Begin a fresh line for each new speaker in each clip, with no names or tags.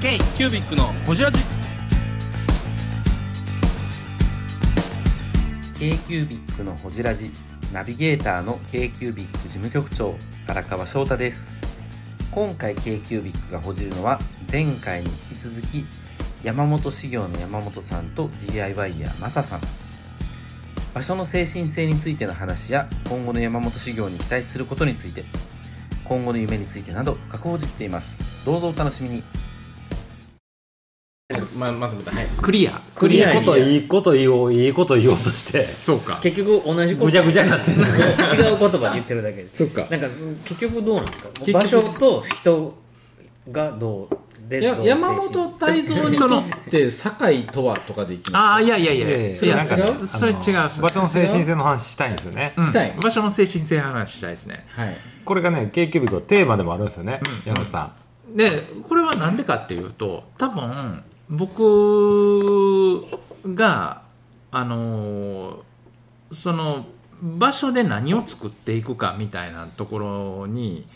K キュービックのホジラジ
k q b i c のほじラジナビゲーターの k q b i c 事務局長荒川翔太です今回 k q b i c がほじるのは前回に引き続き山本修行の山本さんと DIY やマサさん場所の精神性についての話や今後の山本修行に期待することについて今後の夢についてなど過去をじっていますどうぞお楽しみに
ままとめたはい
クリア
クリア
いいこといいこと言おういいこと言おうと して
そうか
結局同じこと
ぐちゃぐちゃになってんの
違う言葉で言ってるだけで
そっか
なんかその結局どうなんですか
局
場所と人がどうで
や
どう
山本泰造にとって堺とはとかでいきま
ああいやいやいや、
ええ
それ
いや
違
違
う
う
それ違う
あの場所の精神性の話したいんですよね、
うん
したい
場所の精神性の話したいですね
すかはい
これがね k q b i c のテーマでもあるんですよね、
うん
山本さん
でこれはなんでかっていうと多分僕があのーその場所で何を作っていくかみたいなところに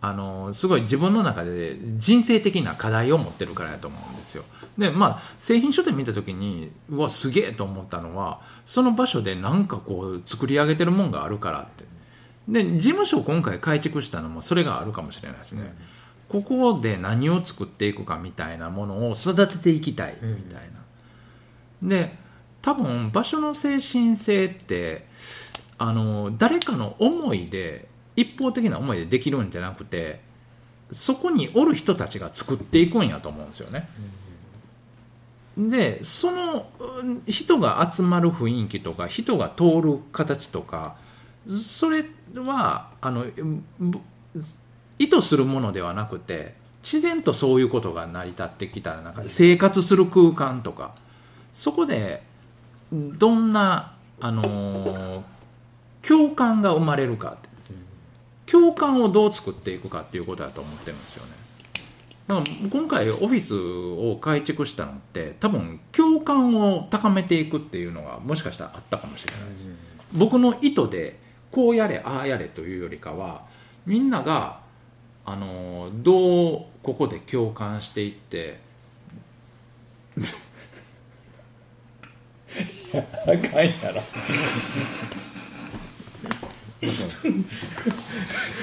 あのーすごい自分の中で人生的な課題を持ってるからやと思うんですよでまあ製品書店見た時にうわすげえと思ったのはその場所で何かこう作り上げてるもんがあるからってで事務所を今回改築したのもそれがあるかもしれないですね、ここで何を作っていくかみたいなものを育てていきたいみたいな、で多分場所の精神性ってあの誰かの思いで一方的な思いでできるんじゃなくてそこにおる人たちが作っていくんやと思うんですよね。でそのうん人が集まる雰囲気とか人が通る形とかそれはあのぶ意図するものではなくて自然とそういうことが成り立ってきた中で生活する空間とかそこでどんな、あのー共感が生まれるかって共感をどう作っていくかっていうことだと思ってるんですよね。だから今回オフィスを改築したのって多分共感を高めていくっていうのがもしかしたらあったかもしれないです。僕の意図でこうやれああやれというよりかはみんながあのどうここで共感していって
あかんやろ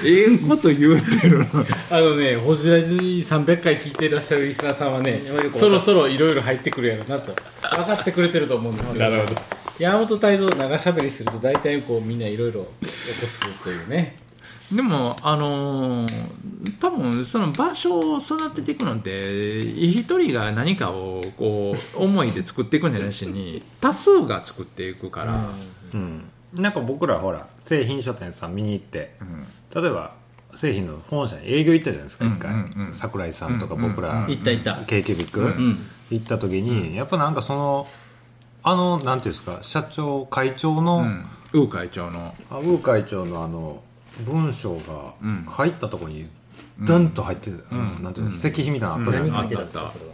ええこと言うてる
あのねホジラジ300回聞いていらっしゃるリスナーさんはね
よく
そろそろいろいろ入ってくるやろなと分かってくれてると思うんですけど
なるほど
山本泰造長しゃべりすると大体こうみんないろいろ起こすというね
でもあの多分その場所を育てていくのって一人が何かをこう思いで作っていくんじゃないし に多数が作っていくから、
うん、なんか僕らほら製品書店さん見に行って
うん
例えば製品の本社に営業行ったじゃないですか
うん
一回、
うんうん
桜井さんとか僕ら、
うん
行った行った、
k q b i c
うん
行った時に、やっぱなんかそのあのなんていうんですか社長会長の、
うん、ウー会長の
あウー会長のあの文章が
うん
入ったところにダンと入って、あの
うん
なんていうの
うん
石碑みたいなのあったじゃない
何
です
書いてる
か、
んです
あ
か
った
それは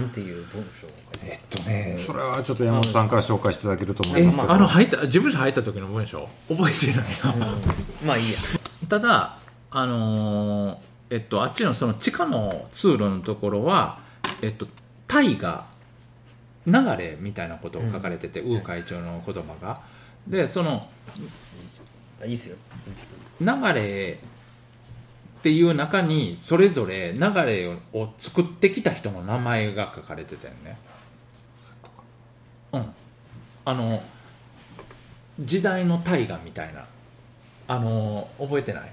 なんていう文章
えっとね
それはちょっと山本さんから紹介していただけると思い
え
ますけど、
あの入った事務所入った時の文章覚えてない な
まあいいや
ただあのーえっとあっちのその地下の通路のところはえっとタイが流れみたいなことを書かれてて、ウー会長の言葉がでその
あいいっすよ
流れっていう中にそれぞれ流れを作ってきた人の名前が書かれてたよねうんあの時代の大河みたいなあの覚えてない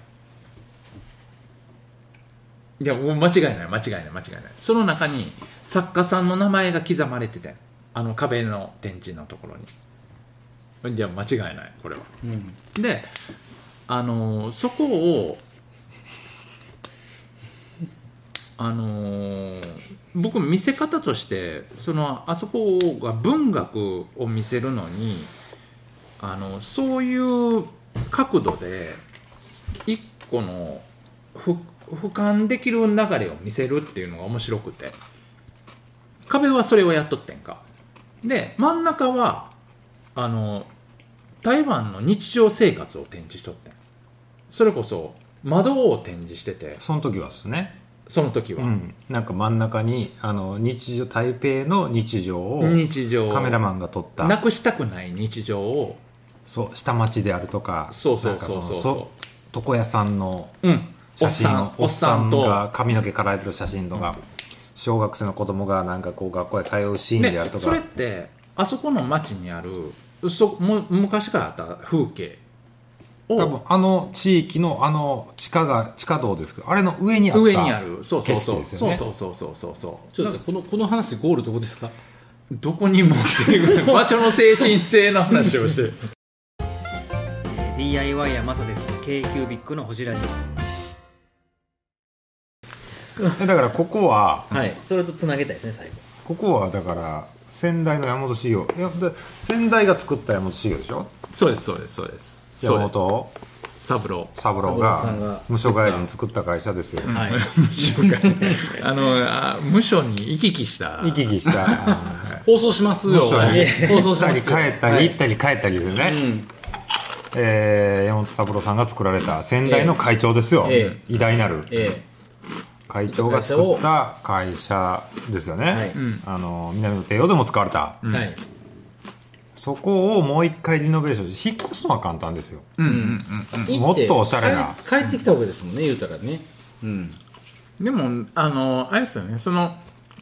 いやもう間違いない間違いない間違いないその中に作家さんの名前が刻まれててあの壁の展示のところにいや間違いないこれは
うん、
であのーそこをあのー僕見せ方としてそのあそこが文学を見せるのにあのそういう角度で一個のふ俯瞰できる流れを見せるっていうのが面白くて壁はそれをやっとってんかで真ん中はあの台湾の日常生活を展示しとってんそれこそ窓を展示してて
その時はですね
その時は、
うん、なんか真ん中にあの日常台北の日常を
日常
カメラマンが撮った
なくしたくない日常を
そう下町であるとか
そうそうそうそう
なんかの床屋さんの
うん
写
おっさ
真
ん
を
おっさん
が
と
髪の毛からえてる写真とか、小学生の子供がなんかこう学校へ通うシーンである
ね
と
そ
か、
れってあそこの町にあるそむ昔からあった風景
多分
を
あの地域のあの地下が地下道ですけどあれの上にあった
上にあるそうそうそう
景色ですよね
そうそうそうそうそう
ちょっと待ってこのこの話ゴールどこですか
どこにもっていう場所の精神性の話をしてる
DIY やマサです k q b i c のほじラジ
えだからここは
はいそれとつなげたいですね最後
ここはだから先代の山本修行いやで先代が作った山本修行でしょ
そうですそうですそうです
山
そうで
本
す三郎
三郎
三郎さんが
が無償外人作った会社ですよ
はい
あのあ無所に行き来した
行き来 した
放送しますよ
無償に
放
行
送
っ
したま
り
す
帰
よ
った
は
り
い
行ったり帰ったりですね、
うん
えー山本三郎さんが作られた先代の会長ですよ、
え
偉大なる、
え
会長が作った会社ですよね、
はい
うん
あの南の帝王でも使われた、
えはい
そこをもう一回リノベーションし引っ越すのは簡単ですよ
うんうんうんうん
行て
もっとおしゃれな
帰帰ってきたわけですもんね言うたらねうん
でもあのあれですよねその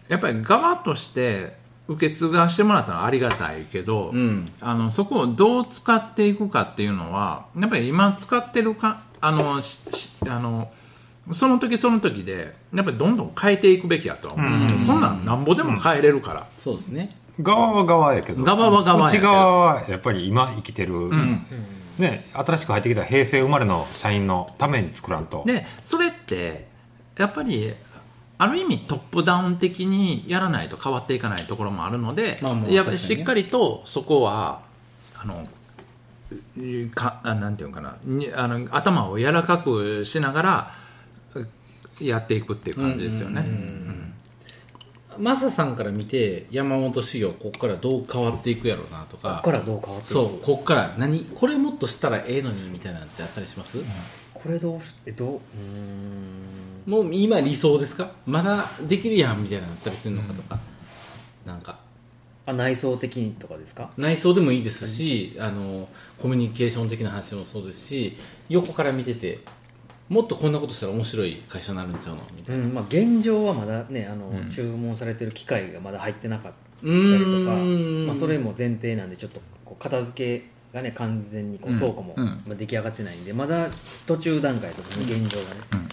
やっぱり側として受け継がしてもらったのはありがたいけど、
うん
あのそこをどう使っていくかっていうのはやっぱり今使ってるかあのししあのその時その時でやっぱりどんどん変えていくべきやとは思う、
うん
そんなんなんぼでも変えれるから、
そうですね
側は側やけど
側は側やけ
内
ど
側はやっぱり今生きてる、
ん
ね、新しく入ってきた平成生まれの社員のために作らんと
でそれってやっぱりある意味トップダウン的にやらないと変わっていかないところもあるので、
まあまあ
やっぱり
確か
し
にね
っかりとそこはあのうかあなんていうのかなにあの頭を柔らかくしながらうやっていくっていう感じですよね。
うんうんうんマサさんから見て山本修行ここからどう変わっていくやろうなと
こ
か
っからどう変わっていく
そうこっから何これもっとしたらええのにみたいなのってあったりします、
これどうしえどううーん
もう今理想ですかまだできるやんみたいなのあったりするのかとか、なんか
あ内装的にとかですか
内装でもいいですし、あのコミュニケーション的な話もそうですし横から見ててもっとこんなことしたら面白い会社になるんちゃうのみた
う
いな、
んまあ、現状はまだねあの、
ん
注文されてる機械がまだ入ってなかった
う
りと
ー
か
ん
まあ、それも前提なんでちょっとこう片付けがね完全にこ
う
うん倉庫も、
うん
まあ、出来上がってないんでまだ途中段階とかね現状がね、
うん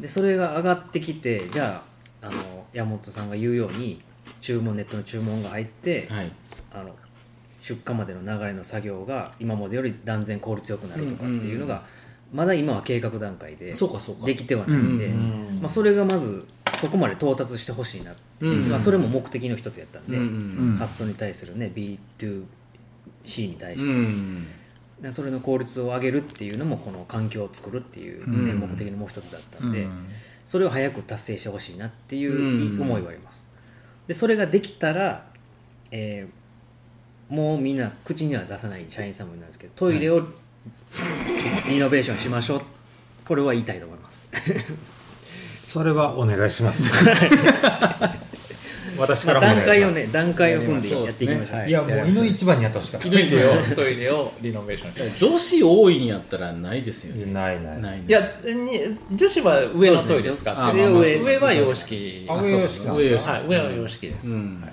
でそれが上がってきてじゃああの山本さんが言うように注文ネットの注文が入って、
はい
あの出荷までの流れの作業が今までより断然効率よくなるとかっていうのが、まだ今は計画段階で
そうかそうか
できてはないんで、
うん
まあ、それがまずそこまで到達してほしいな、
うん
まあ、それも目的の一つやったん
うん
で、
うん
発想に対するね B2C に対
う
して、
ん
でそれの効率を上げるっていうのもこの環境を作るっていう、
う
ね
ん
目的のもう一つだったんで、
うん
それを早く達成してほしいなってい
うん
う思いはあります、でそれができたら、えーもうみんな口には出さない社員さんもいるんですけどトイレをリノベーションしましょうこれは言いたいと思います
それはお願いします私からもお願いし
段階を
ます
ね段階を踏んで
やり
や
ま
っ
しょ
て
う
いきましょう
はい
やもう胃の一番にやってほしかった
トイレをトイレをリノベーションして
女子多いんやったらないですよね
ないない
ないね
いやに女子は上のトイレ使ってる、
そうですね女子
上上は洋式
あ
そう
上吉か
上吉
はい上は洋式です、
うん
はい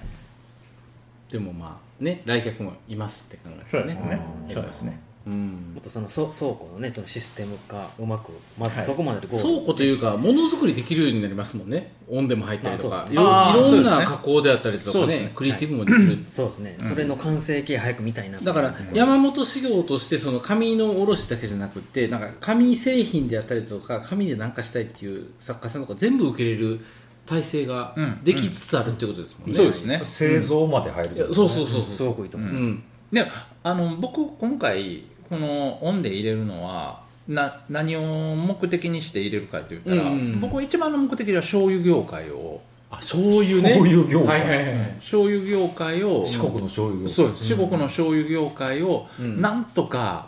でもまあね来客もいますって考えた
そう
ら
で
ね
すね
うん
そうですね
うん
もっとそのそ倉庫のねそのシステム化うまくまずそこまででゴール
倉庫というかものづくりできるようになりますもんね温でも入ったりと
まあ
か
そう
い
ですねあ
ろい
ー
ろん
そう
な
ですね
加工であったりと
そ
か
うです
ね
ね
クリエイティブもできる
そうですね、それの完成形早く見たいなと
だから山本修行としてその紙の卸だけじゃなくてなんか紙製品であったりとか紙で何かしたいっていう作家さんとか全部受け入れる体制が
うん
できつつあるってことですもんね、
そうですね
製造まで入る
いやそうそうそう
す
そう
ごくいいと思
う
う、
ん
でもあの僕今回このオンで入れるのはな何を目的にして入れるかって言ったら、
うんうん
僕一番の目的は醤油業界を
あ醤油ね
醤油業界
はいはいはいはい
醤油業界を
四国の醤油
そうです四国の醤油業界を
うん
なんとか、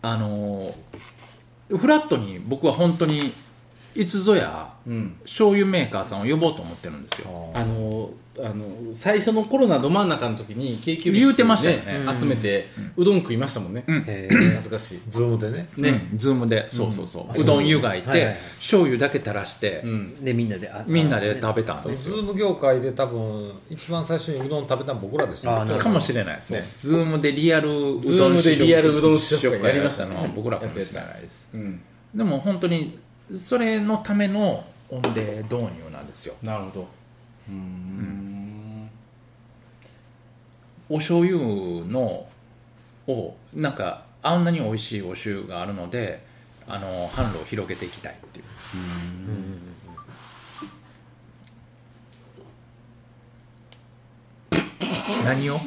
あのフラットに僕は本当にいつぞや
うん、
醤油メーカーさんを呼ぼうと思ってるんですよ
あのあの最初のコロナど真ん中の時に京急
言うてましたよね
うん集めて、うどん食いましたもんね、
うん
えー
恥ずかしい、
ズームでね
ね、ズームでそうそうそう、
うん
うどん湯がいて、
はいはいはい
醤油だけ垂らして、
うん、
でみんなであ
みんなで食べたん
そう
です
ズ
よ
ーム業界で多分一番最初にうどん食べたの僕らでした
あー
よ
なるほど
かもしれないですねズームでリアルう
ズームでリアルうどん試食会
やりましたのは僕らかもしれないですでも本当にそれのための音で導入なんですよ
なるほどうん
お醤油のをなんかあんなに美味しいお醤油があるのであの販路を広げていきたいっていう何を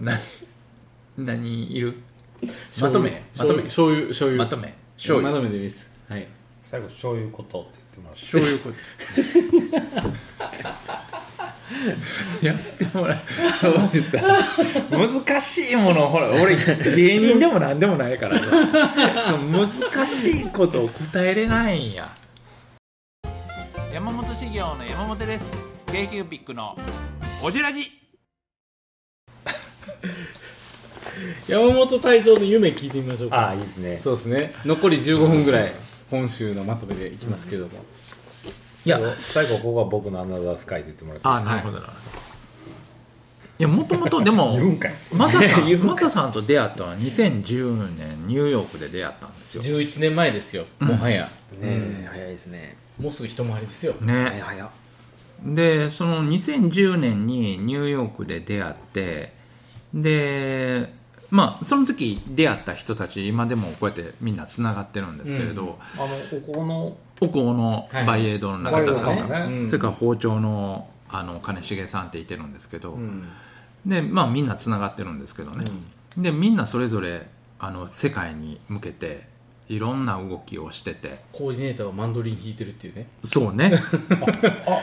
な何いるまとめまとめ
醤油醤油
まとめ醤
ま
油
とめでいいですはい
最後醤油ことって言ってもらって
醤油こやってもらうそうですか難しいものほら俺芸人でも何でもないからそう難しいことを答えれないんや山本修行の山本です k q ビックの「おじらじ
山本泰造の夢聞いてみましょうか
あいいですね
そうですね残り15分ぐらい今週のまとめでいきますけども、
いや
最後ここは僕のアナザースカイって言ってもらって
あなるほどな、い、やもともとで も
言うんかい
マサ さんマサさんと出会ったのは2010年ニューヨークで出会ったんですよ
11年前ですよ
うん
もはや、
ねえ早いですね
もうすぐ一回りですよ
ね
早い早い
でその2010年にニューヨークで出会ってでまあその時出会った人たち今でもこうやってみんなつながってるんですけれど、
あのここの
お香の
はい
バイエイドの中
バイエ
田
イ
さ
ド
ん、
さんが
う
ね
ん
それから包丁のあの金重さんっていてるんですけど、
うん
でまあみんなつながってるんですけどね、でみんなそれぞれあの世界に向けていろんな動きをしてて
コーディネーターはマンドリン弾いてるっていうね
そうね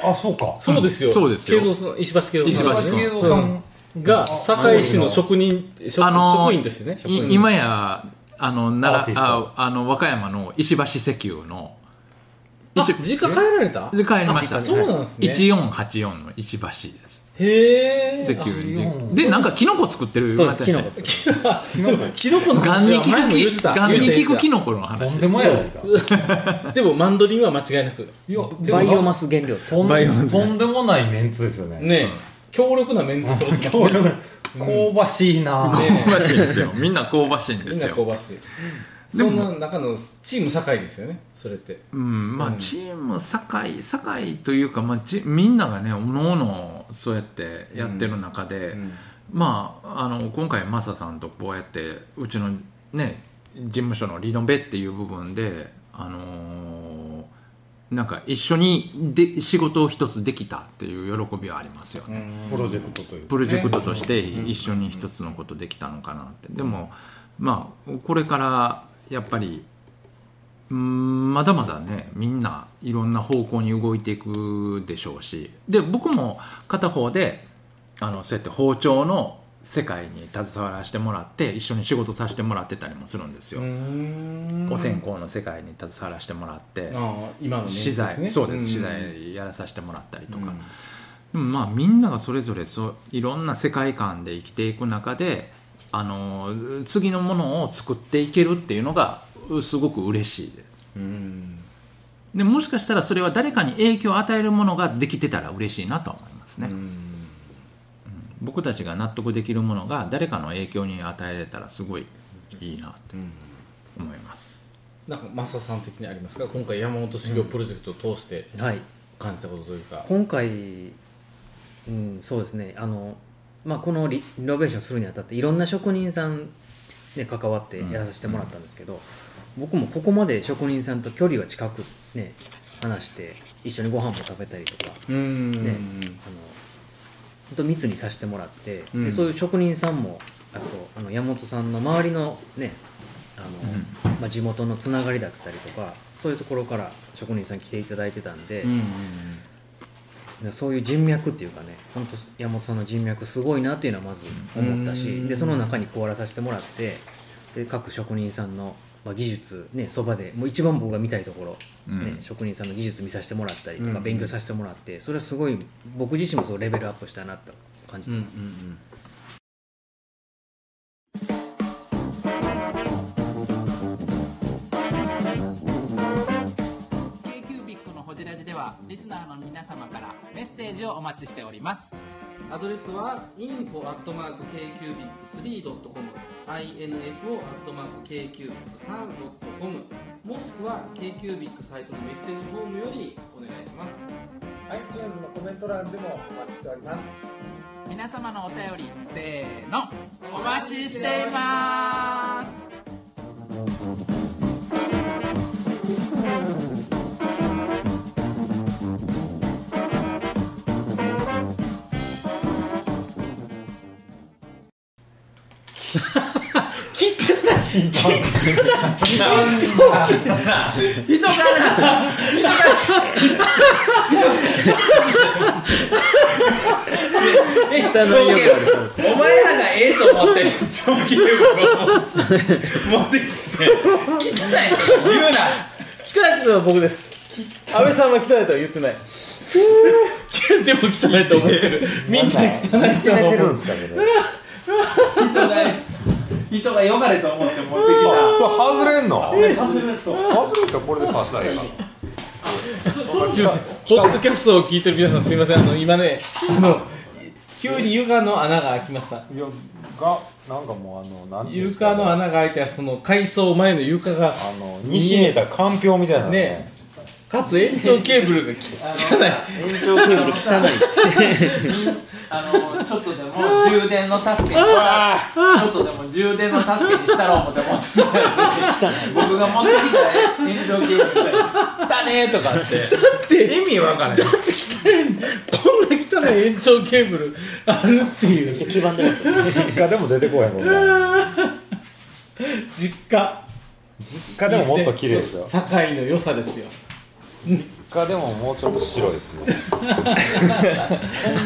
ああそうか
そうですよ、
そうですよ
慶三さん石橋慶
石橋
三
さ
さ
ん
茂雄さん
んが堺市の職人職,、
あのー
職員としてね職
い
員
今やあの
アー
奈
ティ
良
ス
ああの和歌山の石橋石油の
あ
石
実家帰られた
で帰りました
あそうなんですね
1484の石橋です
へえ
石油
あ
のでなんかキノコ作ってる
そうです
言
キノ
いま
コ
せんでし
キノコの
たガン
話
に
は
効
前も言って
く
た
ガン
言
に
って
効
た
くキノコの話
とんでもやないか
でもマンドリンは間違いなく
いやでも
バイオマス原料って
とん
バイオ
とんでもないメンツですよね
ねえ強力なメンズ揃ってます
強
ね
力香ばしいな
香ばしいんですよみんな香ばしいんで
みん
す
な
よ
香ばしい
で
そ
も
んな中のチーム堺ですよねそれって
うんまあ
うん
チーム堺堺というか、まあ、ちみんながねおのおのそうやってやってる中で、まあ、あの今回マサさんとこうやってうちのね事務所のリノベっていう部分で、あのーなんか一緒にで仕事を一つできたっていう喜びはありますよね、
プロジェクトという
プロジェクトとして一緒に一つのことできたのかなって、でもまあこれからやっぱりうんまだまだねみんないろんな方向に動いていくでしょうしで僕も片方であのそうやって包丁の世界に携わらせてもらって一緒に仕事させてもらってたりもするんですよ、お線香の世界に携わらせてもらって、
ああ今のメンズ
資
で
材
すね
そうです、
ん
資材やらさせてもらったりとか、
うん
でもまあみんながそれぞれそういろんな世界観で生きていく中であの次のものを作っていけるっていうのがうすごく嬉しいです
うん
でもしかしたらそれは誰かに影響を与えるものができてたら嬉しいなとは思いますね、
うん
僕たちが納得できるものが誰かの影響に与えれたらすごいいいなと思います、
なんかマサさん的にありますか今回山本修行プロジェクトを通して
はい
感じたことというか、
今回、うん、そうですねあの、まあ、このリリノベーションするにあたっていろんな職人さんで関わってやらさせてもらったんですけど、僕もここまで職人さんと距離は近くね話して一緒にご飯も食べたりとか
うん
ねあの本当密にさせてもらって、
う
で
ん
そういう職人さんもあとあの山本さんの周りのねあの、まあ、地元のつながりだったりとかそういうところから職人さん来ていただいてたんで、でそういう人脈っていうかね本当山本さんの人脈すごいなっていうのはまず思った
う
し
ん
でその中に加わらさせてもらってで各職人さんのまあ、技術ねそばでもう一番僕が見たいところ、
うん
ね職人さんの技術見させてもらったりと
うん
か
うん
勉強させてもらって、それはすごい僕自身もそうレベルアップしたなと感じ
う
て
んうんう
ます、
んアドレスは info.kcubic3.com info.kcubic3.com もしくは KQBIC サイトのメッセージフォームよりお願いします
iTunes のコメント欄でもお待ちしております
皆様のお便りせーのお待ちしています
お前らがええと思って長期留学を持ってきて汚いこと言うな
来たやつは僕です安倍さんは来たやつは言ってない
でも汚いと思って るみんな汚い
決めて るんですかねこれ
人が人がよかれと思って持って
そう外れんの外れんとこれで刺すだけか
すいませんポッドキャストを聞いてる皆さんすいませんあの今ねあの急に床の穴が開きました
いやがなんかもうあのなんていうんです
床
かね
の穴が開いてその改装前の床が
あの
西ネタかんぴょうみたいなの
ねかつ延長ケーブルが汚い
あのちょっとでも充電の助けにちょっとでも充電の助けにしたろう思って持ってきた僕が持ってきた炎上ゲームみたいだねーとかって意味わからない
こんな汚い延長ケーブルあるってい
めっちゃ
う
黄ばんでますよ
実家でも出てこへんもんな
実家
実家でももっと綺麗ですよ
堺の良さですよ
実家でももうちょっと白いですねこん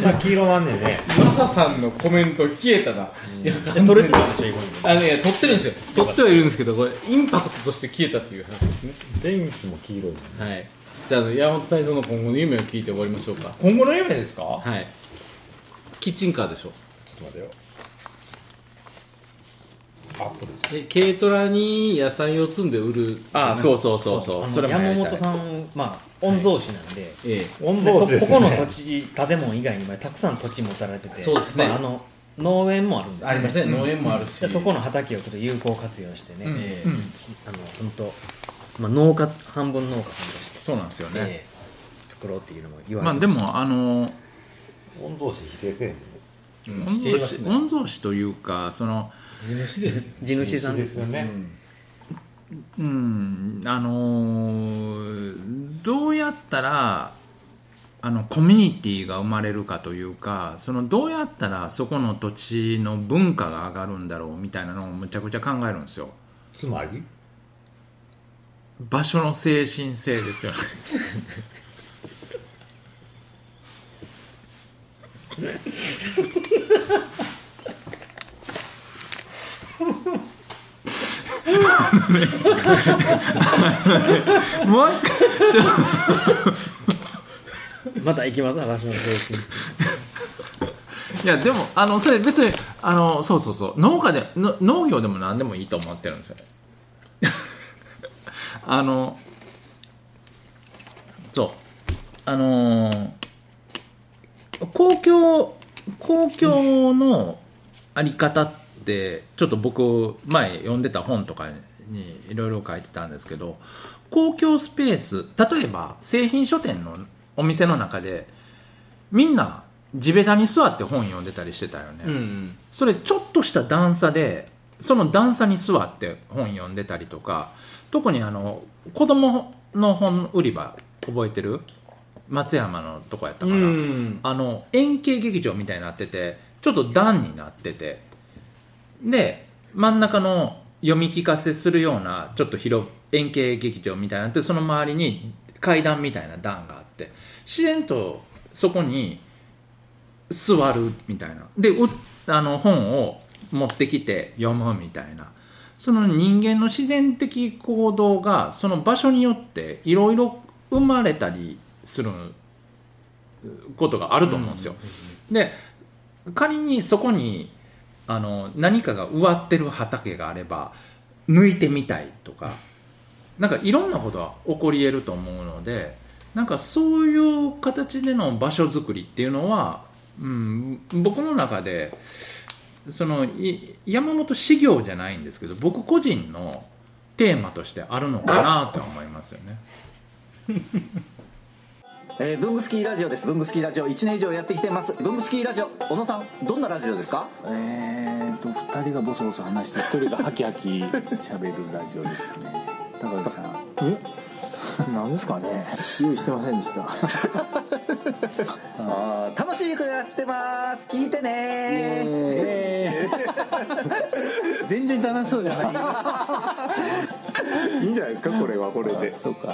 な黄色なんねんね
マサさんのコメント消えたな、いや完全に
取れてたんでしょ今
あのいや撮ってるんですよ撮ってはいるんですけどこれインパクトとして消えたっていう話ですね
電気も黄色い
はいじゃああの山本太蔵の今後の夢を聞いて終わりましょうか
今後の夢ですか
はいキッチンカーでしょ
ちょっと待てよアップル
で軽トラに野菜を積んで売る
ああそうそうそうそう
あの
それもやり
山
た
本
い
さん、まあ、御曹司なんで、
え
御
で
曹
こ
司です
ここ
よ
の
ね
土地建物以外にもたくさん土地持たれてて
そうですね
まあ、あの農園もあるんです
え
よ
ありますね、農園もあるし
でそこの畑をちょっと有効活用してね、
ええ
あの本当、まあ、農家半分農家半分して、
そうなんですよね、
ええ作ろうっていうのも言われ
ま
て
あでもあの
御曹司否定せえへん
うん否定
御
は
曹
し
司
ない
御曹司というかその
地主ですよ
地主さん
ですよね、
うんあのーどうやったらあのコミュニティが生まれるかというかそのどうやったらそこの土地の文化が上がるんだろうみたいなのをむちゃくちゃ考えるんですよ
つまり
場所の精神性ですよねもう一回
また行きます私の精神
いやでもあのそれ別にあのそうそうそう農家での農業でも何でもいいと思ってるんですよあのそうあのー公共公共のあり方ってちょっと僕前読んでた本とかにいろいろ書いてたんですけど公共スペース例えば製品書店のお店の中でみんな地べたに座って本読んでたりしてたよね、
うんうん
それちょっとした段差でその段差に座って本読んでたりとか特にあの子供の本売り場覚えてる松山のとこやった
う
から、
ん
あの円形劇場みたいになっててちょっと段になっててで真ん中の読み聞かせするようなちょっと広円形劇場みたいになってその周りに階段みたいな段があって自然とそこに座るみたいなでうあの本を持ってきて読むみたいなその人間の自然的行動がその場所によっていろいろ生まれたりすることがあると思うんですよ。で仮にそこにあの何かが植わってる畑があれば抜いてみたいとかなんかいろんなことは起こり得ると思うのでなんかそういう形での場所づくりっていうのは、うん、僕の中でそのい山本修行じゃないんですけど僕個人のテーマとしてあるのかなとは思いますよね。
えー、ブングスキーラジオですブングスキーラジオ1年以上やってきてますブングスキーラジオ小野さんどんなラジオですか
えーと2人がボソボソ話して1人がハキハキ喋るラジオですね高橋さんえなんですかね用意してませんで した
あー楽しくやってます聞いてね
全然楽しそうじゃないいいんじゃないですかこれはこれでそうか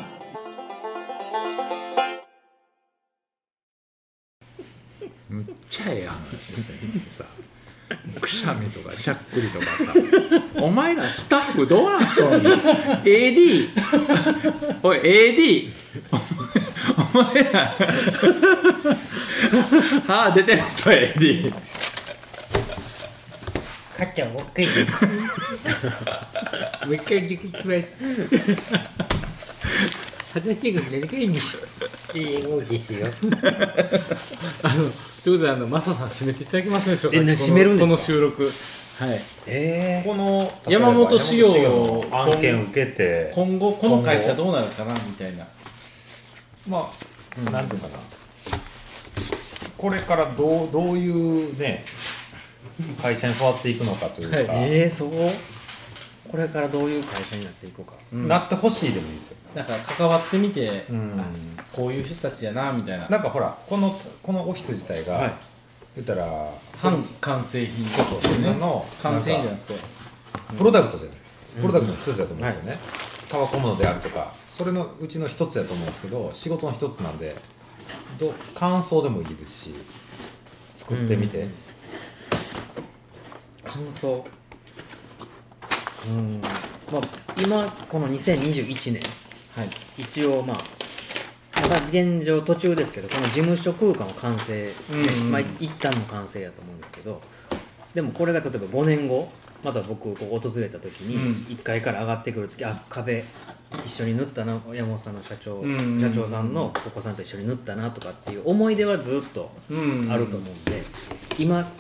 むっちゃええ話しててさくしゃみとかしゃっくりとかさお前らスタッフどうなっとんの AD おい AD お前お前ら歯出てるぞ AD
かっちゃん、もう一回でもう一回できます。私が何回にし英語ですよ。
あのということであのマサさん締めていただけますでしょうか
えな締めるん
このこ
ですか
の収録はい
え
この
例えば山本修行
の案件受けて
今後この会社どうなるかなみたいな
まあ、なんていうかなこれからどうどういうね会社に育っていくのかというか、
はい
ー、えー、そうこれからどういう会社になっていこうか
なってほしいでもいいですよ、
なんか関わってみて、
うん
あこういう人たちやなみたいな
なんかほらこのこのオフィス自体が、
はい
言ったら
半完成品
そうそう
ですよね
の
完成品じゃ
な
なん
か
くて
プロダクトじゃないですか、プロダクトの一つだと思うんですよね、タバコものであるとかそれのうちの一つだと思うんですけど仕事の一つなんでど感想でもいいですし作ってみて、
感想うんまあ今この2021年
はい
一応まあまだ現状途中ですけどこの事務所空間を完成、まあ一旦の完成やと思うんですけどでもこれが例えば5年後また僕こう訪れた時に1階から上がってくる時、あ壁一緒に塗ったな山本さんの社長、
うんうんうん
社長さんのお子さんと一緒に塗ったなとかっていう思い出はずっと
うん
あると思うんで、今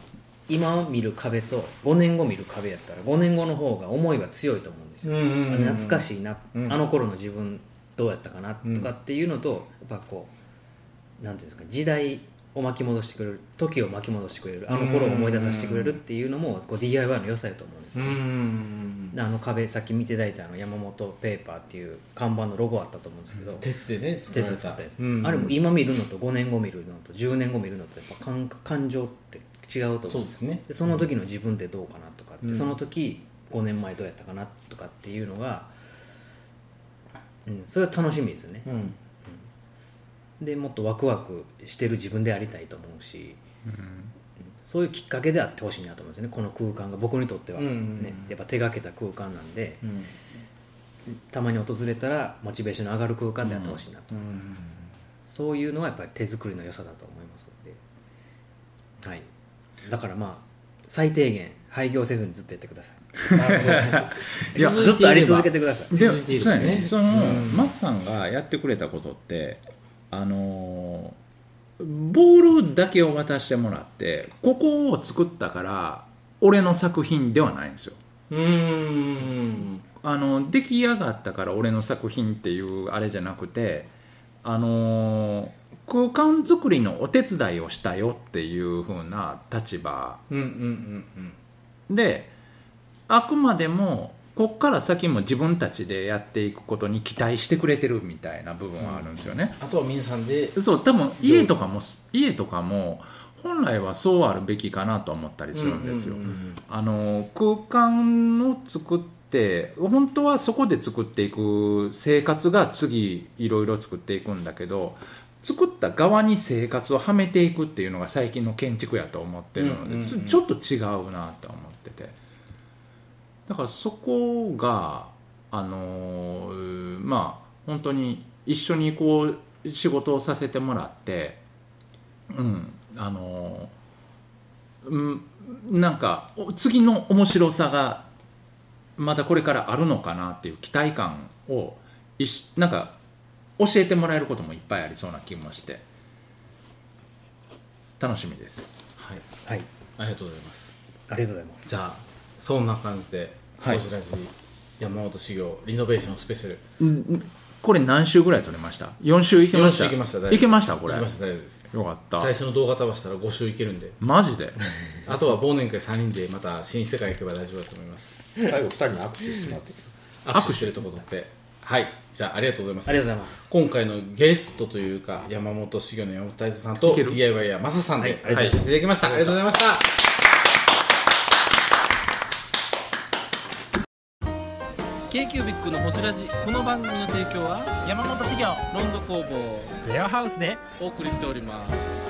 今見る壁と5年後見る壁やったら5年後の方が思いは強いと思うんですよ、
うんうんうん
懐かしいな、
うん
あの頃の自分どうやったかなとかっていうのと、やっぱこうなんていうんですか時代を巻き戻してくれる時を巻き戻してくれるあの頃を思い出させてくれるっていうのもこう DIY の良さやと思うんです
うん
よ、
うんう
ね
ん
であの壁さっき見ていただいたあの山本ペーパーっていう看板のロゴあったと思うんですけど、
テスでね作
テ
られ
ス
た
ト作ったやつ、
うん
あれも今見るのと5年後見るのと10年後見るのとやっぱ感感情って違うと
そ
思
う
う
ですね
でその時の自分ってどうかなとかって、
うん
その時5年前どうやったかなとかっていうのが、うん、それは楽しみですよね、
うん
でもっとワクワクしてる自分でありたいと思うし、そういうきっかけであってほしいなと思うんですよねこの空間が僕にとっては、
うんうんうん
ね、やっぱ手がけた空間なんで
うん
たまに訪れたらモチベーションの上がる空間であってほしいなと、
うん
そういうのはやっぱり手作りの良さだと思いますので、はい、だからまあ最低限廃業せずにずっとやってください
いや
ずっとあり続けてください
で
通じている
そうやね
ね
その、マスさんがやってくれたことってあのーボールだけを渡してもらってここを作ったから俺の作品ではないんですよ
うん
あの出来上がったから俺の作品っていうあれじゃなくてあのー空間作りのお手伝いをしたよっていう風な立場
うんうんうん
であくまでもこっから先も自分たちでやっていくことに期待してくれてるみたいな部分はあるんですよね、
あとは皆さんで
そう多分家とかも家とかも本来はそうあるべきかなと思ったりするんですよ、
うんうんうん
あの空間を作って本当はそこで作っていく生活が次いろいろ作っていくんだけど作った側に生活をはめていくっていうのが最近の建築やと思ってるので、
うんうんうん
ちょっと違うなと思っててだからそこがあのーまあ本当に一緒にこう仕事をさせてもらってうんあのーうんなんかお次の面白さがまたこれからあるのかなっていう期待感をいしなんか教えてもらえることもいっぱいありそうな気もして楽しみです
はい、
はい、
ありがとうございます
ありがとうございます
じゃあそんな感じで「
はい
ホジラジ山本修行リノベーションスペシャル」
これ何週ぐらい取れました4週いけました
4週いけました大丈夫
いけましたこれ
いけました大丈夫です
よかった
最初の動画飛ばしたら5週いけるんで
マジで
あとは忘年会3人でまた新世界行けば大丈夫だと思います
最後2人に握手してもらっていいですか
握手してるところってはいじゃあありがとうございます
ありがとうございます
今回のゲストというか山本修行の山本泰造さんと
いける
DIY やマサさんで
あり
お
がとうござい
話
ま
し
す
させていただきました、ありがとうございました
山本修行ロンド工房レアハウスでお送りしております